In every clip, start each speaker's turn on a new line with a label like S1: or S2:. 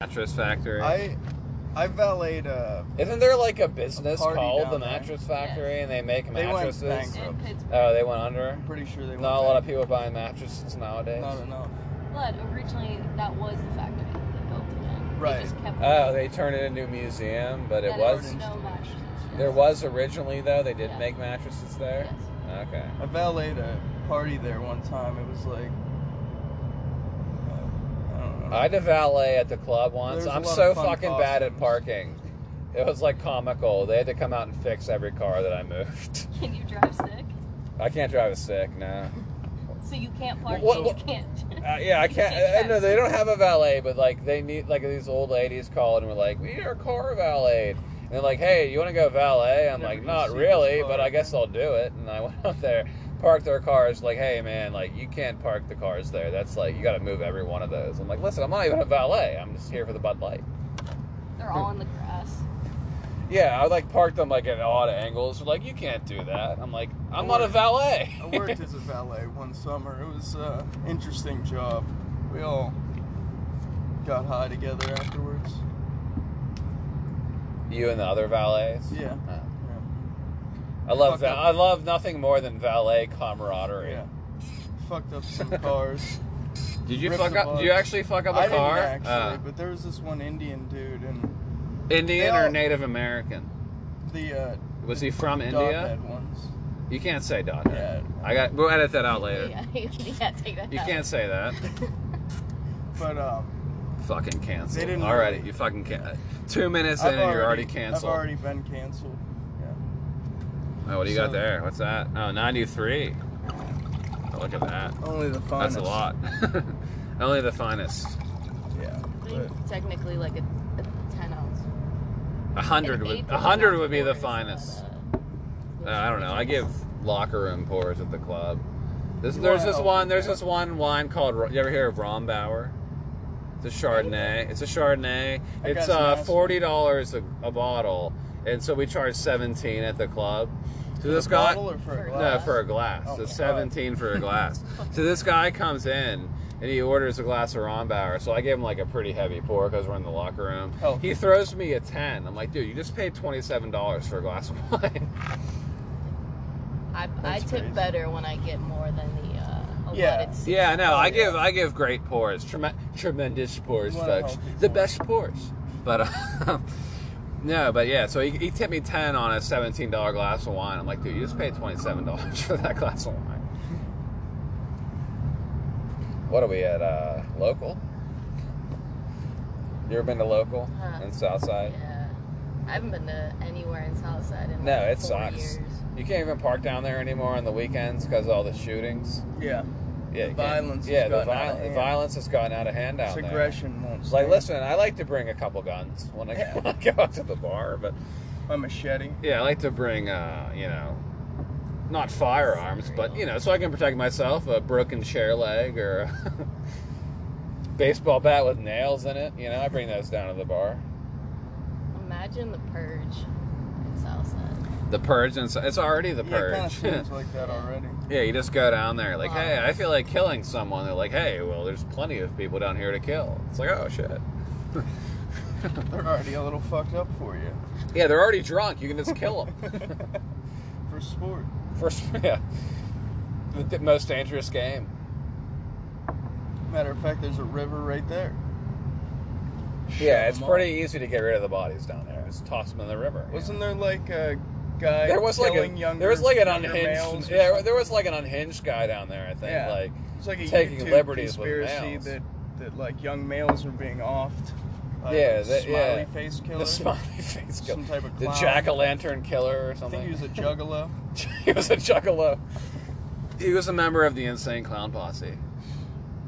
S1: mattress factory.
S2: I I valeted. Uh,
S3: Isn't there like a business
S2: party
S3: called
S2: down
S3: the
S2: there.
S3: Mattress Factory and they make
S2: They went
S3: mattresses?
S2: bankrupt.
S4: in Pittsburgh.
S3: Oh, they went under.
S2: I'm pretty sure they.
S3: Not a lot of people buying mattresses nowadays.
S2: Not enough.
S4: But originally, that was the factory that built it. in.
S2: Right.
S4: They just kept
S3: Oh, they turned it into a museum, but it
S4: that
S3: was
S4: no mattresses.
S3: there was originally though. They did
S4: Yeah.
S3: make mattresses there.
S4: Yes.
S3: Okay.
S2: I valeted a party there one time. It was like. uh, I don't know.
S3: I did valet at the club once.
S2: There's a
S3: I'm
S2: lot of
S3: so
S2: fun
S3: fucking bad at
S2: costumes.
S3: parking. It was like comical. They had to come out and fix every car that I moved.
S4: Can you drive sick?
S3: I can't drive a stick now.
S4: So you can't park.
S3: What-
S4: so
S3: what-
S4: you can't.
S3: Uh, yeah, I can't.
S4: Take
S3: I, I know
S4: cabs.
S3: they don't have a valet, but like they need like these old ladies called and were like, "We need our car valeted." And they're like, "Hey, you want to go valet?" I'm
S2: Never
S3: like,
S2: gonna
S3: "Not
S2: see
S3: really,
S2: this
S3: but
S2: car."
S3: I guess I'll do it." And I went out there, parked their cars. Like, "Hey, man, like you can't park the cars there. That's like you got to move every one of those." I'm like, "Listen, I'm not even a valet. I'm just here for the Bud Light."
S4: They're all in the grass.
S3: Yeah, I like parked them like at odd angles. They're like, "You can't do that." I'm like, "I'm not a valet."
S2: I worked as a valet one summer. It was an interesting job. We all got high together afterwards.
S3: you and the other valets.
S2: Yeah.
S3: Uh,
S2: Yeah.
S3: I love
S2: Fuck
S3: that.
S2: up.
S3: I love nothing more than valet camaraderie.
S2: yeah. Fucked up some cars.
S1: did you
S2: ripped
S1: fuck
S2: the
S1: up? Did
S2: bug.
S1: you actually fuck up a
S2: I didn't
S1: car?
S2: actually,
S1: Uh,
S2: but there was this one Indian dude and
S1: Indian
S2: They
S1: or
S2: all-
S1: Native American?
S2: the uh,
S1: Was he from India?
S2: doghead ones.
S1: You can't say dot.
S2: Yeah.
S1: I got. We'll edit that out later.
S4: Yeah, you can't take that.
S1: You
S4: out.
S1: can't say that.
S2: But um,
S1: fucking canceled.
S2: They didn't
S1: already.
S2: really-
S1: You fucking can. Two minutes in
S2: I've
S1: and you're already
S2: I've
S1: canceled.
S2: already been canceled. Yeah.
S1: oh, what do you got
S2: so-
S1: there? What's that? Oh, 93. Oh, look at that.
S2: Only the
S1: That's
S2: finest.
S1: a lot. Only the finest.
S2: Yeah.
S4: I
S2: But
S4: mean, technically, like a, a ten ounce.
S1: A hundred
S4: an
S1: would.
S4: eighth
S1: A
S4: of
S1: hundred
S4: ounce
S1: would be
S4: pour
S1: the
S4: is not
S1: finest.
S4: a-
S1: Uh, I don't know. I give locker room pours at the club. This,
S2: You
S3: There's
S2: wanna
S3: this
S2: help
S3: one.
S2: me,
S3: There's
S2: yeah.
S3: this one wine called. Ro- You ever hear of Rombauer? It's a Chardonnay. It's a Chardonnay.
S2: Oh, That
S3: It's
S2: guy's
S3: uh,
S2: nice.
S3: forty dollars a, a bottle, and so we charge seventeen at the club. So
S2: for
S3: this
S2: a
S3: guy,
S2: bottle or for a
S4: No,
S3: no,
S2: glass?
S3: for a glass.
S2: Oh
S3: so
S2: my God.
S3: seventeen for a glass. so this guy comes in and he orders a glass of Rombauer. So I gave him like a pretty heavy pour because we're in the locker room.
S2: Oh.
S3: He throws me a ten. I'm like, dude, you just paid twenty seven dollars for a glass of wine.
S5: I, I
S2: That's
S5: tip
S2: crazy.
S5: better when I get more than the uh, allotted
S2: Yeah.
S5: seat.
S3: Yeah, no,
S2: Oh,
S3: I
S2: yeah.
S3: give I give great pours, Trem- tremendous pours,
S2: What a
S3: folks,
S2: healthy
S3: the
S2: pour.
S3: best pours. But um, no, but yeah, so he, he tipped me ten on a seventeen dollar glass of wine. I'm like, dude, you just paid twenty seven dollars for that glass of wine. What are we at? Uh, local? You ever been to local
S5: Huh.
S3: in Southside?
S5: Yeah. I haven't been to anywhere in Southside in
S3: No,
S5: like
S3: it
S5: four
S3: sucks.
S5: years.
S3: You can't even park down there anymore on the weekends because all the shootings.
S2: Yeah.
S3: Yeah,
S2: The
S3: you can't-
S2: violence has
S3: Yeah, the,
S2: gotten out of
S3: viol- the
S2: hand.
S3: violence has gotten out of hand down
S2: It's
S3: there.
S2: aggression won't
S3: Like,
S2: stay.
S3: listen, I like to bring a couple guns when I,
S2: Yeah.
S3: when I go out to the bar, but
S2: My machete.
S3: yeah, I like to bring, uh, you know, not firearms, but you know, so I can protect myself. A broken chair leg or a baseball bat with nails in it. You know, I bring those down to the bar.
S5: Imagine the purge in Southside.
S3: The purge, and so, it's already the
S2: yeah, it kind of
S3: purge.
S2: seems like that already.
S3: yeah, you just go down there, like,
S5: Wow.
S3: hey, I feel like killing someone. They're like, hey, well, there's plenty of people down here to kill. It's like, oh shit.
S2: They're already a little fucked up for you.
S3: Yeah, they're already drunk. You can just kill them.
S2: For sport.
S3: First, yeah, the d- most dangerous game.
S2: Matter of fact, there's a river right there.
S3: Yeah, it's
S2: them
S3: pretty easy to get rid of the bodies down there. Just toss them in the river.
S2: Wasn't there like a guy
S3: there was like
S2: killing
S3: a,
S2: younger
S3: there was like an
S2: younger males
S3: unhinged
S2: or
S3: yeah,
S2: something?
S3: there was like an unhinged guy down there. I think
S2: Yeah.
S3: like
S2: It's like a
S3: taking
S2: YouTube
S3: liberties with
S2: conspiracy
S3: males.
S2: that that like young males are being offed. by
S3: Yeah,
S2: a
S3: that-
S2: smiley
S3: yeah.
S2: face killer.
S3: the smiley face killer,
S2: Some type of
S3: the
S2: clown.
S3: jack o' lantern killer or
S2: I
S3: something.
S2: think he was a juggalo.
S3: he was a juggalo. He was a member of the insane clown posse.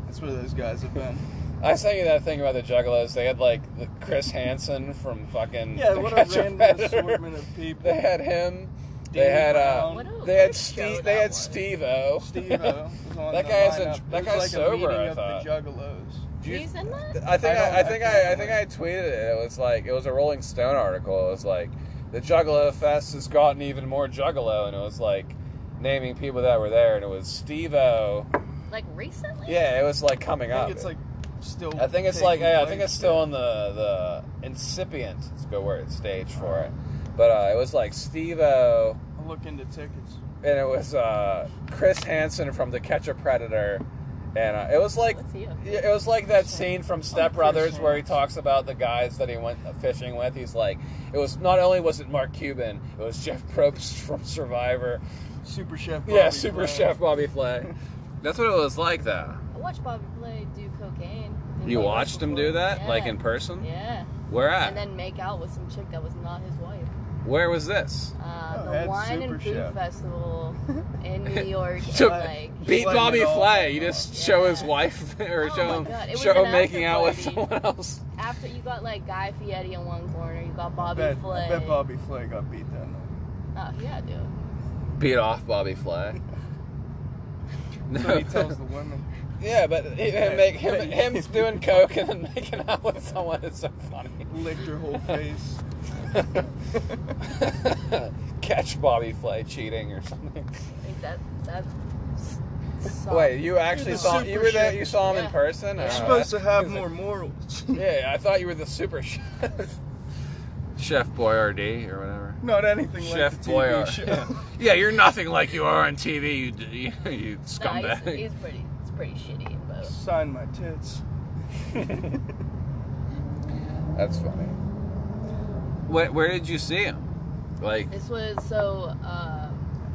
S2: That's where those guys have been.
S3: I sent you that thing about the juggalos. They had like the Chris Hansen from fucking
S2: Yeah,
S3: The
S2: what a
S3: Catch
S2: random
S3: Predator.
S2: assortment of people.
S3: They had him. they
S2: Danny
S3: had uh,
S2: Brown.
S5: What a-
S3: they had
S5: what a show
S3: Steve. They
S5: that
S3: had
S5: was.
S3: Steve O.
S2: Steve O was on
S3: That
S2: the
S3: guy is a-
S2: lineup.
S3: that
S2: It was
S3: guy's
S2: like
S3: sober,
S2: A meeting
S3: I
S2: of
S3: thought.
S2: the juggalos.
S5: He's in that?
S3: I think
S2: I
S3: I,
S2: don't-
S3: I think I, I think I
S2: I
S3: tweeted it. It was like it was a Rolling Stone article. It was like the Juggalo Fest has gotten even more Juggalo, and it was like naming people that were there, and it was Steve O.
S5: Like recently?
S3: Yeah, it was like coming
S2: I
S3: up.
S2: think it's like still.
S3: I think it's
S2: taking
S3: like yeah, I think
S2: place
S3: it's still
S2: there.
S3: on the the incipient. Let's go word stage for it. But uh, it was like Steve-O
S2: I'll look into tickets.
S3: and it was uh, Chris Hansen from The Catch a Predator, and uh, it was like
S5: What's he up to?
S3: it was like that scene from
S2: I'm
S3: Step
S2: Chris
S3: Brothers where he
S2: Hansen.
S3: talks about the guys that he went fishing with. He's like, it was not only was it Mark Cuban, it was Jeff Probst from Survivor.
S2: Super Chef.
S3: yeah,
S2: Bobby
S3: Super
S2: Brown.
S3: Chef Bobby Flay. That's what it was like though.
S5: I watched Bobby Flay do cocaine. in
S3: You
S5: public
S3: watched him
S5: before.
S3: do that,
S5: Yeah.
S3: like in person.
S5: Yeah.
S3: Where at?
S5: And then make out with some chick that was not his wife.
S3: Where was this?
S5: Uh,
S2: Oh,
S5: the
S2: that's
S5: Wine
S2: super
S5: and Food
S2: chef.
S5: Festival in New York.
S3: So-
S5: and, like,
S3: Beat
S2: letting
S3: Bobby
S2: it all
S3: Flay.
S2: hang
S3: You
S2: out.
S3: just show his
S5: Yeah.
S3: wife or
S5: Oh
S3: show
S5: my
S3: him
S5: God, it was
S3: show
S5: an
S3: him making out with
S5: after party.
S3: someone else.
S5: after you got like Guy Fieri in one corner, you got
S2: I
S5: Bobby
S2: bet,
S5: Flay.
S2: I bet Bobby Flay got beat that night.
S5: Oh yeah, dude.
S3: Beat off Bobby Flay.
S2: So he tells the women.
S3: yeah, but he- him, make, him,
S2: Hey.
S3: him doing coke and then making out with someone is so funny.
S2: licked her whole face.
S3: Catch Bobby Flay cheating or something.
S5: I think that that.
S3: Wait, you actually
S2: the
S3: saw you
S2: super
S3: were there?
S2: chef.
S3: You saw him in
S5: Yeah.
S3: person?
S5: You're
S3: Oh,
S2: You're
S5: Uh,
S2: supposed to
S3: that-
S2: have more morals.
S3: Yeah, I thought you were the super chef. Chef Boyardee or whatever.
S2: Not anything
S3: Chef
S2: like the TV
S3: Boyard.
S2: show.
S3: Yeah, you're nothing like you are on TV, you, d- you, you
S5: Nah, he's,
S3: scumbag.
S5: he's pretty. It's pretty shitty, but
S2: Sign my tits.
S3: That's funny. Where, where did you see him? Like,
S5: this was so. Uh,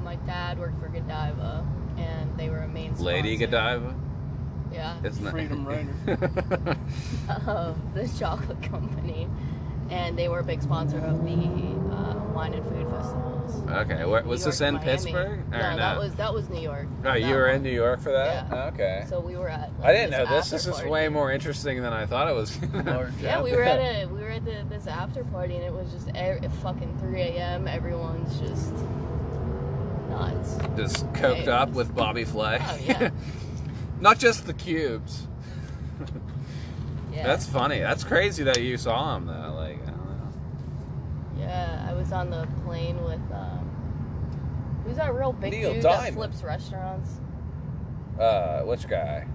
S5: my dad worked for Godiva, and they were a main. Sponsor.
S3: Lady Godiva?
S5: Yeah.
S3: Isn't that-
S2: Freedom
S5: of the chocolate company, and they were a big sponsor of the uh, wine and food festivals.
S3: okay, where, was
S5: New
S3: this
S5: York,
S3: in
S5: Miami.
S3: Pittsburgh? Or
S5: No, that was that was New York.
S3: Oh, you
S5: That
S3: were
S5: one.
S3: in New York for that?
S5: Yeah.
S3: Okay.
S5: So we were at.
S3: I didn't know this.
S5: after
S3: This is
S5: party.
S3: way more interesting than I thought it was.
S5: Yeah, we were at a we were at the, this after party, and it was just e- at fucking 3 a.m. Everyone's just nuts.
S3: Just coked
S5: Yeah, it
S3: up
S5: was-
S3: with Bobby Flay.
S5: Oh, yeah.
S3: Not just the cubes.
S5: Yeah.
S3: That's funny. That's crazy that you saw him though. Like, I don't know.
S5: yeah. I was on the plane with um, who's that real big
S3: Neil
S5: dude
S3: Diamond.
S5: that flips restaurants?
S3: Uh, which guy?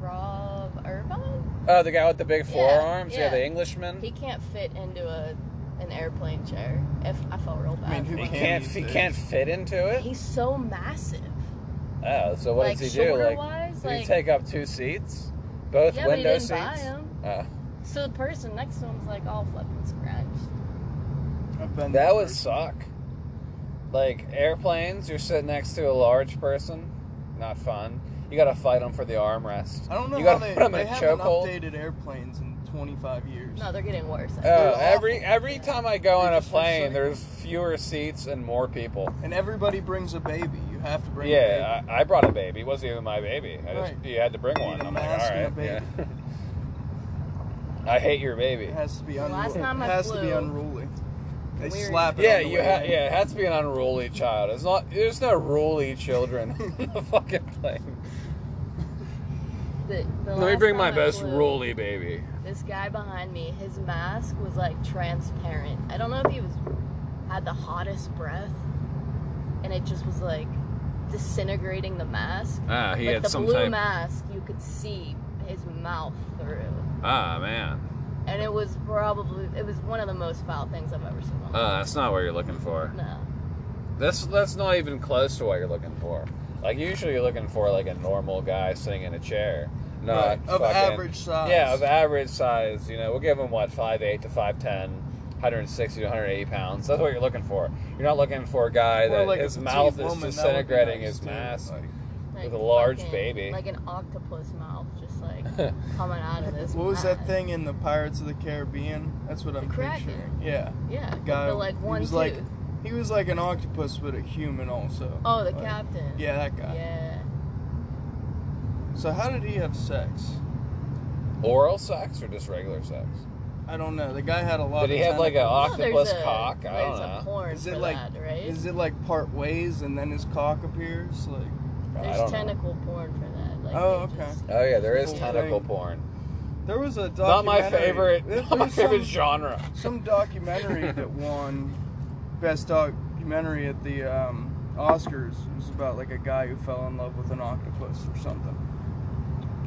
S5: Rob Irvine.
S3: Oh, the guy with the big
S5: Yeah,
S3: forearms. Yeah,
S5: yeah.
S3: the Englishman.
S5: He can't fit into a an airplane chair. If I felt real bad.
S2: mean,
S5: for
S2: who
S5: him.
S2: can?
S3: can't.
S2: these
S3: He
S2: days.
S3: can't fit into it.
S5: He's so massive.
S3: Oh, so what
S5: like
S3: does he do?
S5: shoulder
S3: Like,
S5: wise,
S3: did
S5: like
S3: he take up two seats? Both
S5: yeah,
S3: window
S5: but he didn't
S3: seats.
S5: buy him.
S3: Oh.
S5: So the person next to him's like all fucking scratched.
S2: I've been
S3: Oh, That
S2: there
S3: would
S2: first.
S3: suck. Like airplanes, you're sitting next to a large person. Not fun. You gotta fight them for the armrest.
S2: I don't know
S3: You
S2: how
S3: gotta
S2: they,
S3: put 'em
S2: they
S3: in a
S2: haven't
S3: chokehold.
S2: updated airplanes in 25 years.
S5: No, they're getting worse.
S3: Oh, every every time I go
S2: They
S3: on a
S2: just were
S3: plane,
S2: so-
S3: there's fewer seats and more people.
S2: And everybody brings a baby. You have to bring a baby.
S3: Yeah, I, I brought a baby. It wasn't even my baby. I just
S2: Right.
S3: you had to bring
S2: You
S3: one.
S2: need a
S3: I'm like, all
S2: mask and a
S3: right. yeah. I hate your baby.
S2: It has to be
S5: Well, last
S2: unruly.
S5: time I
S2: it has to be
S5: flew-
S2: unruly. They
S5: Weird.
S2: slap it.
S3: Yeah,
S2: on the
S3: you
S2: way
S3: ha-
S2: in.
S3: yeah, it has to be an unruly child. It's not there's no ruly children on the fucking plane.
S5: The, the
S3: Let me
S5: last
S3: bring
S5: time
S3: my
S5: I
S3: best
S5: flew,
S3: ruly baby.
S5: This guy behind me, his mask was like transparent. I don't know if he was had the hottest breath, and it just was like disintegrating the mask.
S3: Ah, he
S5: like
S3: had
S5: the
S3: some
S5: blue
S3: type.
S5: mask, you could see his mouth through,
S3: Ah, man.
S5: and it was probably it was one of the most foul things I've ever seen. in my life.
S3: Uh, that's not what you're looking for.
S5: no,
S3: That's that's not even close to what you're looking for. Like usually you're looking for like a normal guy sitting in a chair, not
S2: Right, of
S3: fucking-
S2: average size.
S3: Yeah, of average size. You know, we'll give him what 5'8 to 5'10, 160 to 180 pounds. That's what you're looking for. You're not looking for a guy
S2: Or
S3: that
S2: like a
S3: his
S2: petite
S3: mouth is
S2: woman, that would be
S3: disintegrating
S2: nice,
S3: his
S2: too.
S3: mask.
S2: Like,
S5: like
S3: a large
S5: fucking-
S3: baby.
S5: like an octopus mouth, just like coming out of this.
S2: what was that
S5: mask.
S2: thing in the Pirates of the Caribbean? That's what I'm
S5: Kraken.
S2: picturing. Yeah,
S5: Yeah,
S2: the guy.
S5: the, like one
S2: he was
S5: tooth.
S2: like he was like an octopus, but a human also.
S5: oh, the
S2: Like,
S5: captain.
S2: Yeah, that guy.
S5: Yeah.
S2: So how did he have sex?
S3: Oral sex or just regular sex?
S2: I don't know. The guy had a lot.
S3: Did he
S2: of
S3: have like an
S2: tentacles.
S5: Oh,
S3: octopus
S5: there's a-
S3: cock? I
S5: there's
S3: don't
S5: a
S3: know.
S5: porn
S2: Is it
S5: for
S2: like?
S5: that, right?
S2: Is it like part ways and then his cock appears? Like
S3: I
S5: There's
S3: don't know.
S5: tentacle porn for that. Like
S2: Oh,
S5: they
S2: okay.
S5: just-
S3: Oh yeah, there is
S2: Full
S3: tentacle
S2: thing.
S3: porn.
S2: there was a
S3: Not my
S2: documentary.
S3: favorite.
S2: There-
S3: Not my
S2: there's some-
S3: favorite genre.
S2: some documentary that won best documentary at the um, Oscars. It was about like a guy who fell in love with an octopus or something.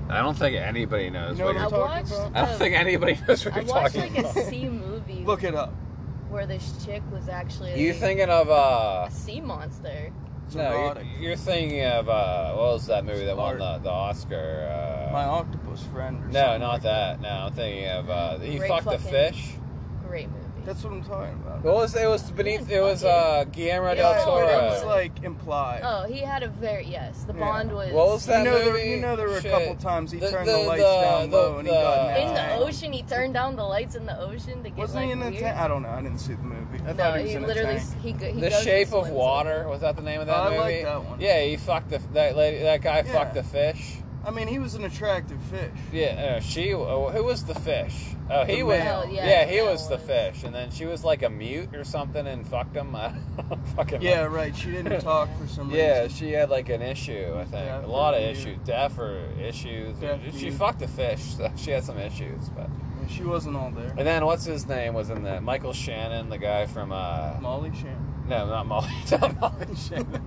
S1: I don't think anybody knows.
S2: No,
S1: what
S2: no,
S1: you're
S5: I
S2: talking
S5: watched.
S2: about?
S1: I don't
S5: a-
S1: think anybody knows what
S5: Oh. I
S1: you're
S5: watched
S1: talking
S5: like a
S1: about.
S5: sea movie
S2: Look it up.
S5: where this chick was actually
S3: You thinking of uh?
S5: a sea monster.
S2: It's
S3: No,
S2: erotic.
S3: you're, you're thinking of uh, what was that movie that won the,
S2: Art.
S3: the Oscar? Uh,
S2: My octopus friend. Or
S3: no,
S2: something
S3: not
S2: like
S3: that. No, I'm thinking of uh, he
S5: Great
S3: fucked a
S5: fucking-
S3: fish.
S5: Great movie.
S2: That's what I'm talking about.
S3: What was it? Was beneath? It was uh, Guillermo
S5: Yeah,
S3: del
S2: Yeah, but it
S3: Toro.
S2: was like implied.
S5: oh, he had a very yes. The
S2: Yeah.
S5: Bond was.
S3: what was that
S2: you know,
S3: movie?
S2: There, you know, there were
S3: Shit.
S2: a couple times he
S3: The-
S2: turned
S3: the-
S2: the, lights
S3: the-
S2: down
S3: the-
S2: low and he got
S3: the-
S2: mad.
S5: In the
S3: Uh,
S5: ocean, he turned down the lights in the ocean to get
S2: Wasn't
S5: like
S2: he in the
S5: weird.
S2: tank? I don't know. I didn't see the movie. I
S5: no,
S2: thought he was
S5: he
S2: in
S5: literally
S2: a tank.
S5: he, go, he
S3: the
S5: goes and
S3: Shape of
S5: swims in.
S3: Water was that the name of that
S2: Oh, I
S3: movie?
S2: like that one.
S3: Yeah, he fucked the that lady. That guy
S2: Yeah.
S3: fucked the fish.
S2: I mean, he was an attractive fish.
S3: Yeah, uh, she. Uh, who was the fish? Oh, he
S2: The
S3: was.
S2: male.
S5: Oh, yeah,
S3: he
S5: the male
S3: was the
S5: was.
S3: fish, and then she was like a mute or something and fucked him. I don't fucking.
S2: Yeah, right. She didn't talk for some reason.
S3: Yeah, she had like an issue. I think
S2: Deaf
S3: a lot of
S2: or mute.
S3: issues, deaf or issues.
S2: Deaf,
S3: she
S2: mute.
S3: fucked a fish, so she had some issues. But
S2: Yeah, she wasn't all there.
S3: and then what's his name was in that Michael Shannon, the guy from uh
S2: Molly Shannon.
S3: no not Molly, not Molly Shannon,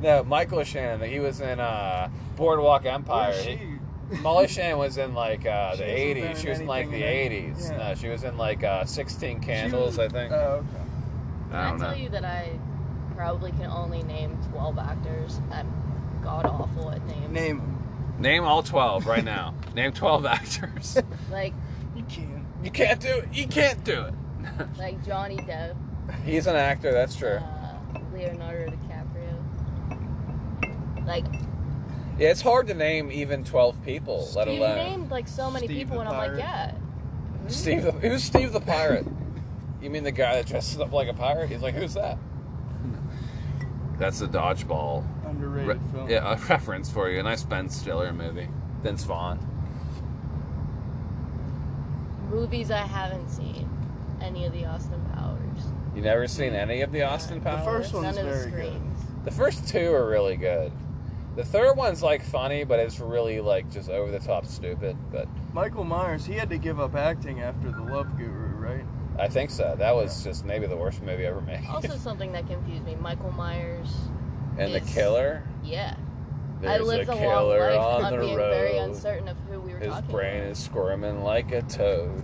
S3: no Michael Shannon. He was in uh Boardwalk Empire.
S2: Where's
S3: He-
S2: she?
S3: Molly Shannon was in like uh,
S2: She
S3: the
S2: hasn't been in
S3: '80s. She was in like the
S2: anything in it.
S3: '80s.
S2: Yeah.
S3: No, she was in like uh, 16 Candles, I think.
S2: Oh, okay.
S5: Can
S1: I
S5: I,
S1: don't
S5: tell
S1: know.
S5: you that I probably can only name twelve actors. I'm god awful at names.
S2: Name him.
S1: Name all 12 right now. Name 12 actors.
S5: Like
S2: You can.
S1: You can't do it. You can't do it.
S5: like Johnny Depp,
S3: He's an actor. That's true.
S5: uh, Leonardo DiCaprio. Like
S3: Yeah, it's hard to name even 12 people, let
S5: you
S3: alone.
S5: named like so many
S2: Steve
S5: people,
S2: the
S5: and I'm like,
S2: pirate.
S5: yeah.
S3: Steve, the, who's Steve the pirate? You mean the guy that dresses up like a pirate? He's like, who's that?
S1: That's a dodgeball
S2: Underrated
S1: re-
S2: film.
S1: yeah, a reference for you. A nice Ben Stiller movie. Vince Vaughn.
S5: Movies I haven't seen. Any of the Austin Powers.
S3: You never seen any of the Austin
S2: The
S3: Powers?
S2: first one's
S5: None of the
S2: very good.
S5: screens.
S3: The first two are really good. The third one's like funny, but it's really like just over the top stupid. But
S2: Michael Myers, he had to give up acting after The Love Guru, right?
S3: I think so. That was just maybe the worst movie ever made.
S5: Also, something that confused me Michael Myers.
S3: and the
S5: is-
S3: killer.
S5: Yeah.
S3: There's
S5: I lived
S3: a
S5: a, long
S3: killer
S5: life
S3: on
S5: not
S3: the
S5: being
S3: road.
S5: very uncertain of who we were
S3: His
S5: talking
S3: brain
S5: about.
S3: is squirming like a toad.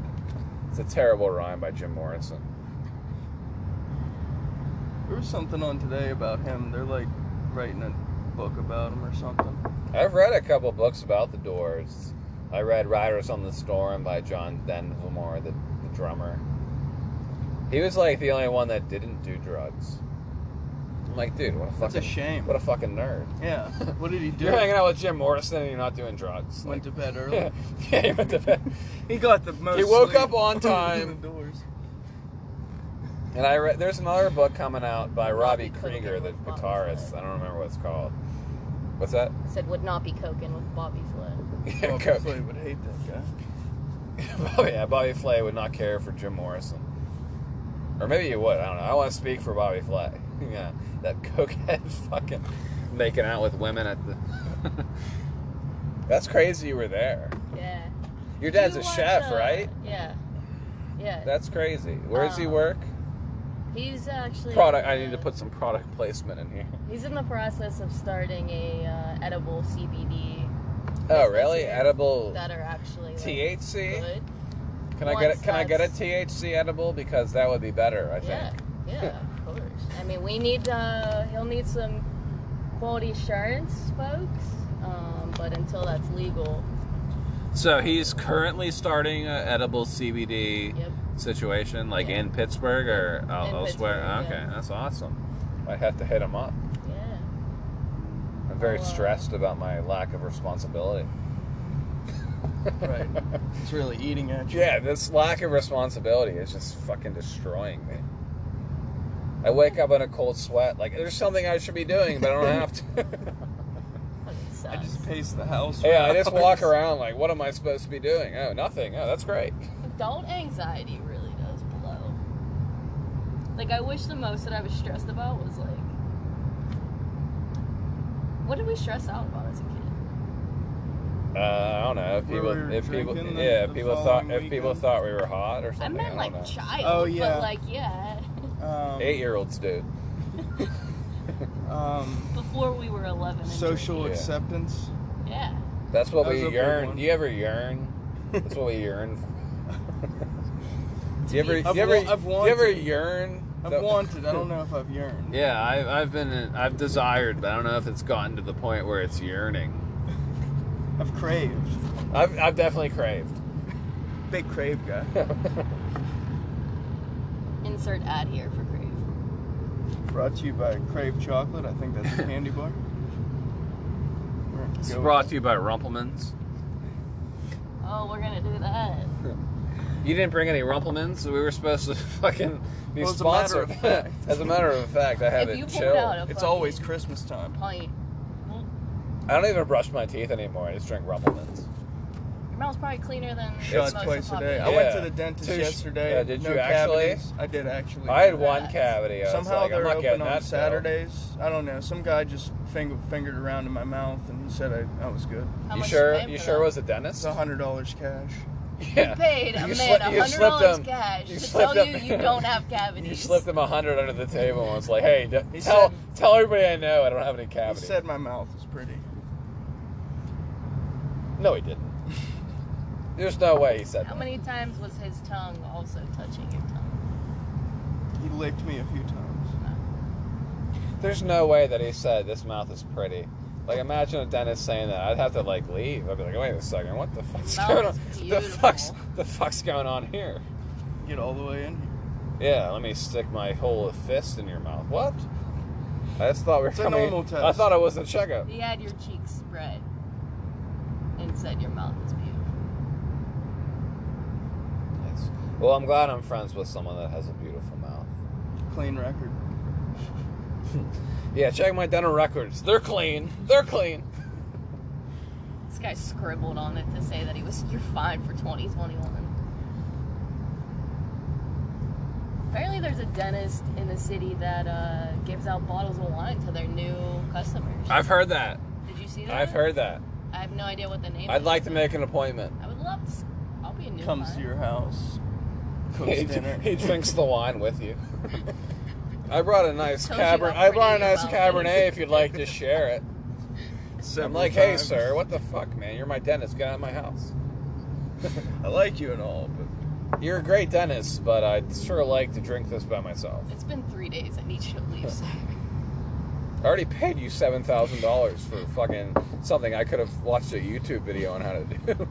S3: It's a terrible rhyme by Jim Morrison.
S2: There was something on today about him. They're like writing a book about him or something.
S3: I've read a couple books about the Doors. I read Riders on the Storm by John Denvermore, the, the drummer. He was like the only one that didn't do drugs. I'm like, dude, what a fucking
S2: That's a shame.
S3: What a fucking nerd.
S2: Yeah. What did he do?
S3: You're hanging out with Jim Morrison and you're not doing drugs.
S2: Went to bed early.
S3: yeah, he went to bed.
S2: He got the most.
S3: He woke
S2: sleep
S3: up on
S2: opening
S3: time.
S2: the doors.
S3: And I read there's another book coming out by Robbie
S5: Robbie
S3: Krieger, the
S5: Krieger, Bob
S3: guitarist.
S5: Dylan.
S3: I don't remember what it's called. What's that?
S5: I said would not be coking with Bobby Flynn.
S3: Yeah,
S2: Yeah,
S3: go-
S2: Bobby would hate that guy.
S3: Bobby, yeah, Bobby Flay would not care for Jim Morrison. Or maybe you would. I don't know. I want to speak for Bobby Flay. yeah, that cokehead fucking.
S1: Making out with women at the.
S3: That's crazy. You were there.
S5: Yeah.
S3: Your dad's
S5: He
S3: a
S5: was,
S3: chef,
S5: uh,
S3: right?
S5: Yeah. Yeah.
S3: That's crazy. Where does he
S5: Um,
S3: work?
S5: he's actually.
S3: Product. I need to
S5: uh,
S3: put some product placement in here.
S5: He's in the process of starting a uh, edible CBD.
S3: Oh,
S5: business
S3: really?
S5: here
S3: Edible
S5: That are actually. Like,
S3: THC.
S5: Good.
S3: Can I get
S5: Once
S3: it? Can I get a
S5: that's-
S3: THC edible because that would be better? I
S5: Yeah,
S3: think.
S5: yeah, of course. I mean, we need, uh, he'll need some quality assurance folks, um, but until that's legal,
S1: So he's currently starting a edible CBD
S5: yep.
S1: situation, like
S5: Yeah.
S1: in Pittsburgh or el-
S5: In
S1: elsewhere.
S5: Pittsburgh,
S1: okay,
S5: yeah.
S1: that's awesome.
S3: I have to hit him up.
S5: Yeah.
S3: I'm very
S5: Well, uh,
S3: stressed about my lack of responsibility.
S2: Right. It's really eating at you.
S3: Yeah, this lack of responsibility is just fucking destroying me. I wake up in a cold sweat. Like, there's something I should be doing, but I don't have to.
S5: Fucking
S2: I
S5: sucks.
S2: just pace the house. for
S3: yeah, I just walk
S2: hours.
S3: around like, what am I supposed to be doing? Oh, nothing. Oh, that's great.
S5: Adult anxiety really does blow.
S4: Like I wish the most that I was stressed about was like, what did we stress out about as a kid?
S3: Uh, I don't know if
S2: We
S3: people,
S2: were
S3: if people,
S2: drinking the-
S3: yeah, if
S2: the
S3: people thought,
S2: following
S3: if people
S2: weekend.
S3: thought we were hot or
S4: I
S3: something.
S4: meant
S3: don't
S4: like
S3: know.
S4: child,
S2: Oh, yeah.
S4: but like yeah,
S2: Um,
S3: eight-year-olds do.
S2: Um,
S4: before we were eleven. And
S2: social
S3: Yeah.
S2: um, acceptance.
S4: drinking. yeah.
S3: That's what
S2: That was
S3: we
S2: a big
S3: yearn.
S2: one.
S3: Do you ever yearn? That's what we yearn. for. do you ever?
S2: I've
S3: Do you ever,
S2: wa- I've
S3: do you ever
S2: wanted.
S3: yearn?
S2: I've
S3: the-
S2: wanted. I don't know if I've yearned.
S3: Yeah, I, I've been, I've desired, but I don't know if it's gotten to the point where it's yearning.
S2: I've craved.
S3: I've, I've definitely craved.
S2: Big crave guy.
S5: Insert ad here for Crave.
S2: Brought to you by Crave Chocolate. I think that's a candy bar. We're gonna
S3: This is
S2: go-
S3: brought to you by Rumplemans.
S5: Oh, we're gonna do that.
S3: You didn't bring any Rumplemans, so we were supposed to fucking be
S2: Well, as a matter
S3: sponsored.
S2: of fact.
S3: as a matter of fact, I have
S5: If
S3: it
S5: you pulled
S3: chilled.
S5: out a
S2: It's
S5: fucking
S2: always Christmas time.
S5: pint,
S3: I don't even brush my teeth anymore. I just drink Rumplemans.
S5: your mouth's probably cleaner than
S2: Shut
S5: most of
S2: twice
S5: the
S2: a day.
S5: population.
S2: I went to
S3: Yeah.
S2: the dentist
S3: Two sh-
S2: yesterday.
S3: yeah, did
S2: no
S3: you actually?
S2: cavities. I did actually.
S3: I had one
S5: Yes.
S3: cavity. I was
S2: Somehow
S3: like, I'm
S2: they're
S3: not
S2: open
S3: getting
S2: on
S3: that filled.
S2: Saturdays. I don't know. Some guy just finger, fingered around in my mouth and he said I, I was good.
S5: How
S3: You
S5: much
S3: sure?
S5: pay
S3: You
S5: for
S3: sure
S5: that?
S3: was a dentist?
S2: It's a hundred dollars cash.
S3: Yeah.
S5: Paid a
S3: You
S5: man
S3: slipped-
S5: a
S3: you
S5: hundred
S3: slipped
S5: dollars
S3: him-
S5: cash
S3: you
S5: to
S3: slipped
S5: tell you
S3: him-
S5: you don't have cavities.
S3: You slipped him a hundred under the table and was like, "Hey, d-
S2: He
S3: tell
S2: said-
S3: tell everybody I know I don't have any
S2: He
S3: cavities."
S2: said my mouth was pretty.
S3: no, he didn't. There's no way he said
S5: How
S3: that.
S5: many times was his tongue also touching your tongue?
S2: He licked me a few times.
S3: There's no way that he said this mouth is pretty. Like, imagine a dentist saying that. I'd have to like leave. I'd be like, "Wait a second, what the fuck's
S5: Mouth
S3: going
S5: is
S3: on? The
S5: beautiful."
S3: fuck's the fuck's going on here?"
S2: Get all the way in here.
S3: Yeah, let me stick my whole fist in your mouth. What? I just thought we were
S2: It's a
S3: coming.
S2: normal test.
S3: I thought it was a checkup.
S5: He had your cheeks spread and said your mouth is beautiful.
S3: Nice. Well, I'm glad I'm friends with someone that has a beautiful mouth.
S2: Clean record.
S3: Yeah, check my dental records. They're clean. They're clean.
S5: This guy scribbled on it to say that he was you're fine for 2021. Apparently, there's a dentist in the city that uh, gives out bottles of wine to their new customers.
S3: I've heard that.
S5: Did you see that?
S3: I've heard that.
S5: I have no idea what the name.
S3: I'd
S5: is.
S3: like to make an appointment.
S5: I would love. To, s- I'll be a new.
S2: Comes
S5: client.
S2: to your house. Cooks
S3: He,
S2: dinner.
S3: he drinks the wine with you. I brought a nice
S5: Told you how
S3: cabernet. I brought a
S5: pretty
S3: nice
S5: your mouth
S3: cabernet if you'd like to share it. I'm
S2: several
S3: like, hey,
S2: times.
S3: sir, what the fuck, man? You're my dentist. Get out of my house.
S2: I like you and all, but
S3: You're a great dentist, but I'd sure like to drink this by myself.
S5: It's been three days. I need you to leave. Zach.
S3: I already paid you seven thousand dollars for fucking something I could have watched a YouTube video on how to do.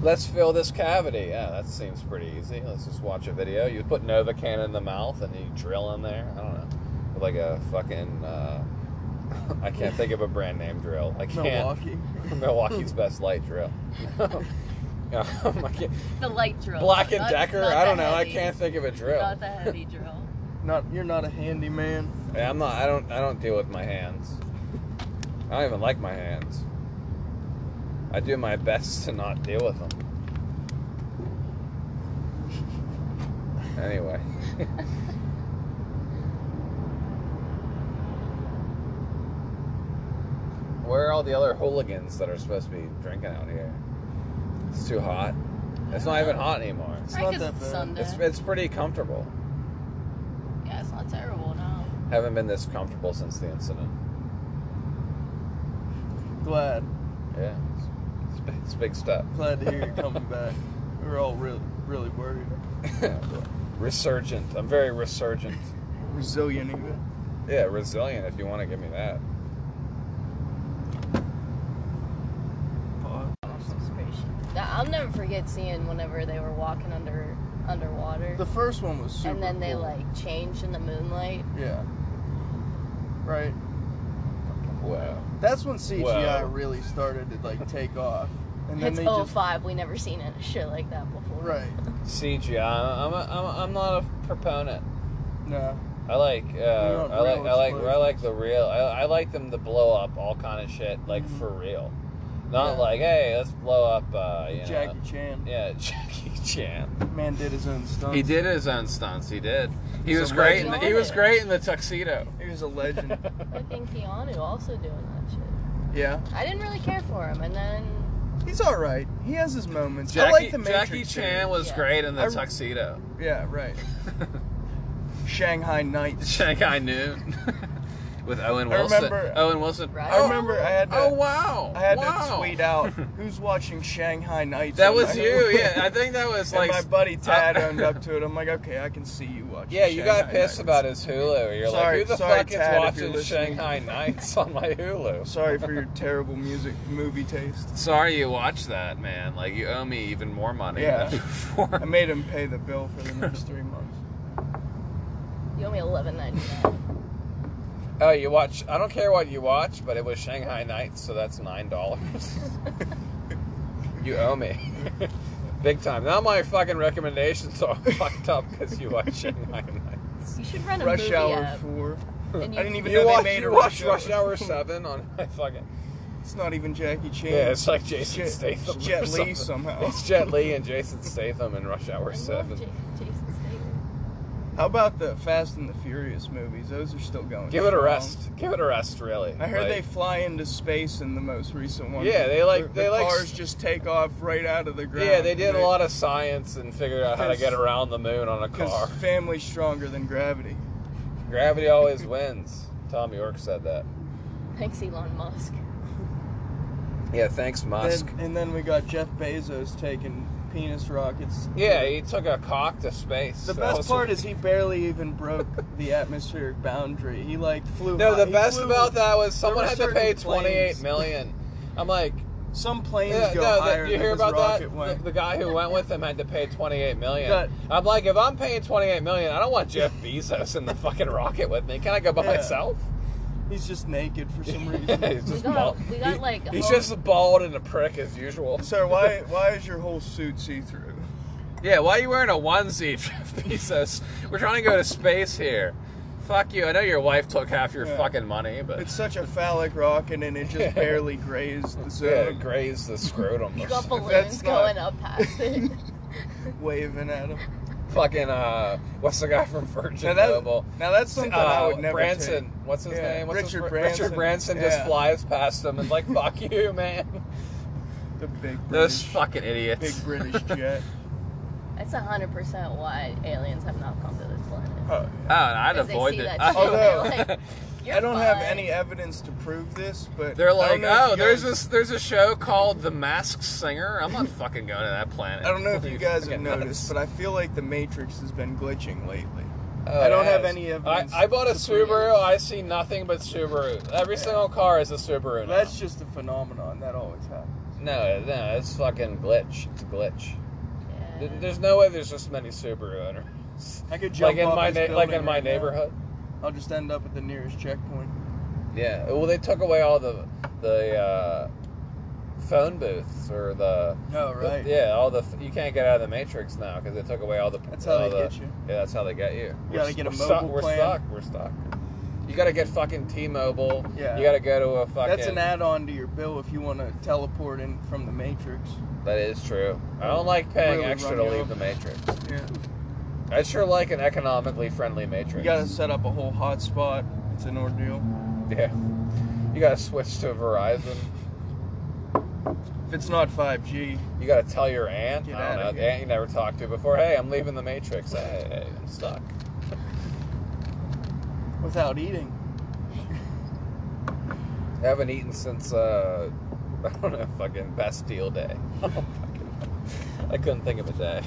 S3: Let's fill this cavity. Yeah, that seems pretty easy. Let's just watch a video. You put Novocaine in the mouth and you drill in there. I don't know, With like a fucking. Uh, I can't think of a brand name drill. I can't.
S2: Milwaukee.
S3: Milwaukee's best light drill. Um, I can't-
S5: The light drill.
S3: Black and
S5: Not-
S3: Decker.
S5: not
S3: I don't
S5: the
S3: know. I
S5: heavy-
S3: can't think of a drill.
S5: Not the heavy drill.
S2: Not you're not a handyman.
S3: Yeah, I'm not. I don't. I don't deal with my hands. I don't even like my hands. I do my best to not deal with them. Anyway, where are all the other hooligans that are supposed to be drinking out here? It's too hot. It's not even hot anymore.
S2: It's
S5: Right,
S2: not
S5: 'cause
S2: that
S5: it's
S2: bad.
S5: Sunday.
S3: It's it's pretty comfortable.
S5: yeah, it's not terrible. No.
S3: Haven't been this comfortable since the incident.
S2: Glad.
S3: Yeah, it's, it's, big- it's a big step.
S2: Glad to hear you're coming back. We were all really really worried.
S3: resurgent. I'm very resurgent.
S2: Resilient even.
S3: Yeah, resilient. If you want to give me that.
S2: Pause.
S5: That- I'll never forget seeing whenever they were walking under underwater,
S2: The first one was super
S5: and then they
S2: cool.
S5: like changed in the moonlight.
S2: Yeah. Right.
S3: Wow.
S2: That's when CGI
S3: Well.
S2: really started to like take off. And then
S5: It's oh,
S2: they
S5: 05.
S2: just
S5: We never seen it shit like that before.
S2: right.
S3: CGI. I'm a, I'm, a, I'm not a proponent.
S2: No.
S3: I like uh,
S2: want
S3: I like I like
S2: real
S3: I like the real. I, I like them to blow up all kind of shit like
S2: Mhm.
S3: for real, not
S2: Yeah.
S3: like hey let's blow up.
S1: Oh,
S3: Uh, you know.
S2: Jackie Chan.
S3: Yeah, Jackie Chan.
S2: Man did his own stunts.
S3: He did his own stunts. He did. He
S2: He's
S3: was
S2: a
S3: great. In the, he
S5: legend.
S3: was great in the tuxedo.
S2: He was a legend.
S5: Fucking Keanu also doing that shit.
S2: yeah.
S5: I didn't really care for him, and then
S2: He's all right. He has his moments.
S3: Jackie,
S2: I like the Matrix
S3: Jackie
S2: series.
S3: Chan was
S5: Yeah.
S3: great in the
S2: I-
S3: tuxedo.
S2: Yeah, right. Shanghai Nights.
S3: Shanghai Noon.
S1: with Owen
S2: I
S1: Wilson.
S2: remember-
S1: Owen Wilson.
S5: Right.
S2: I remember I had to,
S1: Oh wow!
S2: I had
S1: wow.
S2: to tweet out who's watching Shanghai Nights.
S1: That
S2: on
S1: was
S2: my-
S1: you. Yeah, I think that was
S2: And
S1: like. uh,
S2: my buddy Tad owned up to it. I'm like, okay, I can see you watching.
S3: Uh, Yeah, you got
S2: Shanghai
S3: pissed
S2: Nights.
S3: about his Hulu. You're
S2: Sorry-
S3: like, who the
S2: sorry,
S3: fuck is
S2: Tad, if you're
S3: watching
S2: listening."
S3: Shanghai Nights on my Hulu?
S2: Sorry for your terrible music movie taste.
S1: Sorry you watched that, man. Like you owe me even more money
S2: Yeah.
S1: than before.
S2: I made him pay the bill for the next three months.
S5: You owe me eleven ninety nine.
S3: Oh, you watch? I don't care what you watch, but it was Shanghai Nights, so that's nine dollars. you owe me, big time. Now my fucking recommendations are fucked up because you watch Shanghai Nights.
S5: You should run a
S2: Rush
S5: movie
S2: Hour
S5: app.
S2: Four.
S5: And
S2: I didn't even
S3: You
S2: know
S3: watch,
S2: they made
S3: you
S2: a
S3: watch
S2: Rush,
S3: Rush Hour Seven on my fucking.
S2: It's not even Jackie Chan.
S3: Yeah, it's like Jason
S2: Jet,
S3: Statham. or
S2: Jet Li
S3: something.
S2: somehow.
S3: It's Jet Li and Jason Statham in Rush Hour
S5: I love
S3: Seven.
S5: Ja- Jason Statham.
S2: How about the Fast and the Furious movies? Those are still going.
S3: Give it a
S2: strong.
S3: rest. Give it a rest, really.
S2: I heard
S3: Like,
S2: they fly into space in the most recent one.
S3: Yeah, they like-
S2: The-
S3: they
S2: the
S3: like-
S2: cars just take off right out of the ground.
S3: Yeah, they did a lot of science and figured out how to get around the moon on a car.
S2: Because family's stronger than gravity.
S3: Gravity always wins. Tom York said that.
S5: Thanks, Elon Musk.
S3: Yeah, thanks, Musk.
S2: Then- and then we got Jeff Bezos taking penis rockets.
S3: yeah, he took a cock to space.
S2: The
S3: That
S2: best
S3: was-
S2: part is he barely even broke the atmospheric boundary. He like flew.
S3: No,
S2: high-
S3: the
S2: he
S3: best
S2: flew-
S3: about that was someone
S2: were
S3: had to pay
S2: certain planes.
S3: twenty-eight million. I'm like,
S2: Some planes
S3: yeah,
S2: go
S3: no,
S2: higher.
S3: that, you
S2: than
S3: hear
S2: his
S3: about
S2: rocket
S3: that?
S2: went.
S3: The, the guy who went with him had to pay twenty-eight million.
S2: That-
S3: I'm like, if I'm paying twenty-eight million, I don't want Jeff Bezos in the fucking rocket with me. Can I go by
S2: Yeah.
S3: myself?
S2: He's just naked for some
S3: Yeah,
S2: reason.
S3: he's just
S5: got-
S3: bald.
S5: we got,
S3: He-
S5: like, a
S3: he's
S5: whole-
S3: just bald and a prick as usual.
S2: Sir, why why is your whole suit see through?
S1: Yeah, why are you wearing a onesie, Jeff Bezos? We're trying to go to space here. Fuck you. I know your wife took half your
S2: Yeah.
S1: fucking money, but
S2: It's such a phallic rocket, and it just barely grazed the
S3: Yeah, it
S2: zone,
S3: grazed the scrotum.
S5: You
S3: or
S5: got
S3: something.
S5: balloons
S2: that's not-
S5: going up past it.
S2: waving at him.
S3: fucking uh, what's the guy from Virgin
S2: Now, that,
S3: Noble?
S2: now that's something I
S3: Uh,
S2: would never
S3: Branson, what's his
S2: Yeah,
S3: name? What's his fr-
S2: Richard Branson.
S3: Richard Branson just
S2: Yeah.
S3: flies past them and like, fuck you, man.
S2: take. The big
S1: those
S2: British,
S1: fucking idiots.
S2: big British jet.
S5: That's hundred percent why aliens have not come to this planet.
S2: Oh,
S1: Oh, and I'd
S5: 'Cause they
S1: avoid
S5: see
S1: it.
S5: that
S1: I-
S5: shit, they're
S2: Although-
S5: like, "You're
S2: I don't have
S5: fine."
S2: any evidence to prove this, but I
S1: They're
S2: don't
S1: like,
S2: know if
S1: oh,
S2: you
S1: there's
S2: guys-
S1: this, there's a show called The Masked Singer. I'm not fucking going to that planet.
S2: I don't know if you guys have
S1: Fucking
S2: noticed, but I feel like the Matrix has been glitching lately.
S3: Oh,
S2: I don't
S3: it
S2: have
S3: has.
S2: any evidence
S3: I, I bought a
S2: to prove
S3: Subaru.
S2: this.
S3: I see nothing but Subaru. Every single car is a Subaru. Now.
S2: That's just a phenomenon that always happens.
S3: No, no, it's fucking glitch. It's a glitch. Th-
S5: Yeah.
S3: There's no way there's this many Subaru owners.
S2: I could jump
S3: Like in
S2: off
S3: my
S2: this
S3: na- like
S2: building
S3: in my
S2: right now.
S3: neighborhood.
S2: I'll just end up at the nearest checkpoint.
S3: Yeah. Well, they took away all the the uh, phone booths or the
S2: Oh right.
S3: yeah all the you can't get out of the matrix now because they took away all the
S2: That's how
S3: all
S2: they
S3: the-
S2: get you.
S3: Yeah, that's how they get you. You
S2: gotta get a
S3: we're
S2: mobile
S3: We're
S2: plan.
S3: stuck. We're stuck. You gotta get fucking T-Mobile.
S2: Yeah.
S3: You gotta go to a fucking.
S2: That's an add-on to your bill if you want to teleport in from the Matrix.
S3: That is true. I don't like paying
S2: Really
S3: extra to
S2: run you
S3: leave
S2: up.
S3: the matrix.
S2: Yeah.
S3: I sure like an economically friendly matrix.
S2: You gotta set up a whole hotspot. It's an ordeal.
S3: yeah. You gotta switch to Verizon.
S2: If it's not 5G,
S3: You gotta tell your aunt.
S2: Get
S3: I
S2: outta
S3: don't know. The
S2: here.
S3: aunt you never talked to before. Hey, I'm leaving the matrix. Hey, hey, I'm stuck.
S2: without eating.
S3: I haven't eaten since uh, I don't know, fucking Bastille Day. I don't fucking know. I couldn't think of a day.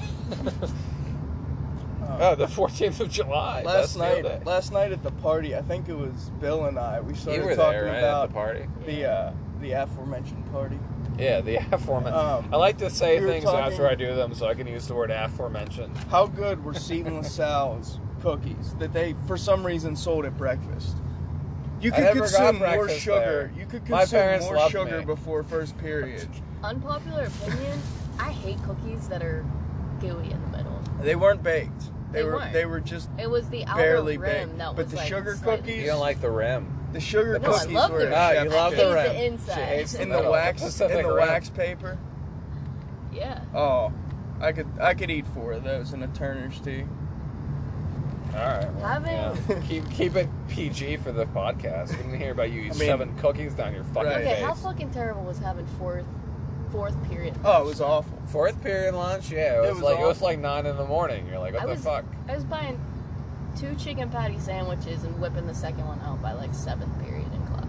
S3: oh, the 14th of July.
S2: last
S3: Bastille
S2: night,
S3: Day.
S2: last night at the party, I think it was Bill and I. We started
S3: you were
S2: talking
S3: there, right, at
S2: about
S3: the party?
S2: the uh, the aforementioned party.
S3: Yeah, the aforementioned.
S2: Um,
S3: I like to say
S2: we were
S3: things
S2: talking-
S3: after I do them so I can use the word aforementioned.
S2: How good were Stephen LaSalle's cookies that they, for some reason, sold at breakfast? You
S3: I
S2: could
S3: never got
S2: consume more
S3: breakfast
S2: sugar.
S3: there.
S2: You could
S3: My
S2: consume
S3: parents
S2: more
S3: loved
S2: sugar
S3: me.
S2: before first period.
S5: Unpopular opinion: I hate cookies that are gooey in the middle.
S2: They weren't baked. They,
S5: They
S2: were
S5: weren't.
S2: they were just
S5: It was the outer
S2: barely
S5: rim
S2: baked.
S5: that
S2: But
S5: was
S2: the
S5: like
S2: sugar
S5: slightly-
S2: cookies,
S3: You don't like the rim.
S2: the sugar
S5: No, I
S2: cookies
S5: love
S2: were
S5: the
S2: a
S5: rim.
S3: Ah,
S2: chef's
S3: you love
S5: hate
S3: the
S2: kiss.
S5: the
S3: rim.
S5: inside.
S3: She hates the
S2: in the
S3: middle.
S2: wax in
S3: Pacific
S2: the
S3: rim.
S2: wax paper.
S5: Yeah.
S2: Oh, I could I could eat four of those in a Turner's tea.
S3: All right. well,
S5: Having-
S3: yeah. keep keep it PG for the podcast. We didn't hear about you
S2: mean-
S3: shoving cookies down your fucking
S2: Right.
S5: Okay, how
S3: face.
S5: fucking terrible was having fourth, fourth period?
S2: Oh, it was awful.
S3: Fourth period lunch, yeah, it
S2: It
S3: was,
S2: was
S3: like it was
S2: awful.
S3: like nine in the morning. You're like, what
S5: I
S3: the
S5: was,
S3: fuck?
S5: I was buying two chicken patty sandwiches and whipping the second one out by like seventh period in class.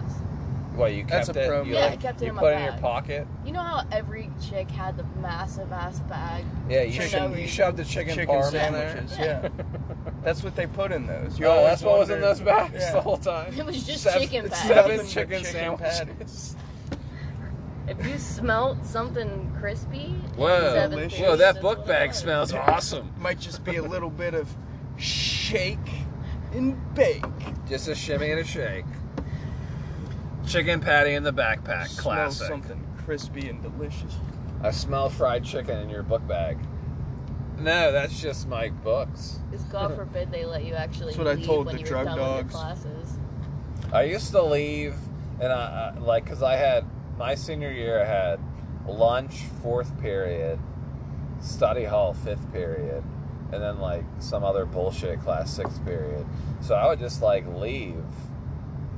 S3: What you kept
S1: That's a pro
S3: it? You,
S1: move.
S5: yeah,
S3: like,
S5: I kept it
S3: you
S5: in my
S3: put it
S5: bag.
S3: in your pocket.
S5: You know how every chick had the massive ass bag?
S3: Yeah, you,
S5: For no
S3: should, you
S5: reason.
S3: shoved the chicken,
S2: Chicken
S3: parm
S2: sandwiches.
S3: in
S2: Yeah.
S3: there.
S2: That's what they put in those. You
S3: oh,
S2: always
S3: that's what was in
S2: wondered-
S3: those bags
S2: Yeah.
S3: the whole time.
S5: It was just
S3: Seven-
S5: chicken patties.
S2: Nothing
S3: Seven
S2: but
S3: chicken, sandwiches.
S2: patties.
S5: If you smelt something crispy,
S1: Whoa.
S5: seventh
S2: Delicious.
S5: period,
S1: Whoa, that
S5: that's
S1: book
S5: what it
S1: bag
S5: was.
S1: smells
S2: Yeah.
S1: awesome.
S2: Might just be a little bit of shake and bake.
S1: Just a shimmy and a shake. Chicken patty in the backpack, classic.
S2: Smell something crispy and delicious.
S1: I smell fried chicken in your book bag.
S3: No, that's just my books.
S5: Because God forbid they let you actually
S2: That's what I
S5: leave
S2: told
S5: when
S2: the
S5: you were
S2: drug
S5: done
S2: dogs.
S5: with your classes.
S3: I used to leave, and I I- like because I had my senior year. I had lunch fourth period, study hall fifth period, and then like some other bullshit class sixth period. So I would just like leave,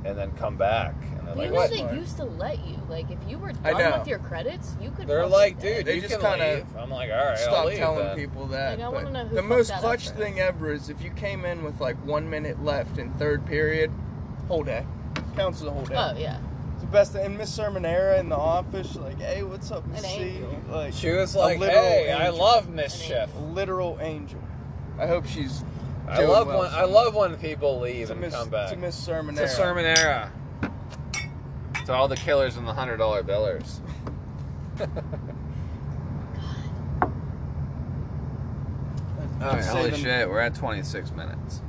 S3: and then come back, and they're
S5: you
S3: like,
S5: know
S3: "What?"
S5: they
S2: Smart.
S5: used to let you. Like if you were
S2: I
S5: done
S2: know.
S5: with your credits, you could.
S3: They're
S5: fucking
S3: like,
S5: stay.
S3: "Dude,
S2: They
S3: you
S2: just
S3: can
S2: kinda
S3: leave." I'm like, "All right, I'll
S2: Stop
S3: leave."
S2: telling
S3: then."
S2: people that.
S5: Like, I
S2: but
S5: wanna know who
S2: the
S5: fucked
S2: most
S5: that up
S2: clutch
S5: for.
S2: thing ever is if you came in with like one minute left in third period, whole day. Counts as a whole day.
S5: Oh yeah.
S2: It's the best thing. And Miss Sermonera in the office, like, hey, what's up, Miss
S5: An
S2: C?
S5: angel.
S2: Like,
S3: She was
S2: a
S3: like,
S2: literal
S3: "Hey, I
S2: angel.
S3: love mischief.
S2: A literal angel. I hope she's.
S3: I
S2: doing
S3: love
S2: well.
S3: when I love when people leave
S2: It's a
S3: and
S2: Miss,
S3: come back."
S2: it's a Miss Sermonera.
S1: It's a sermon era.
S3: to all the killers and the hundred dollar billers.
S2: Just say the-
S1: shit, we're at 26 minutes.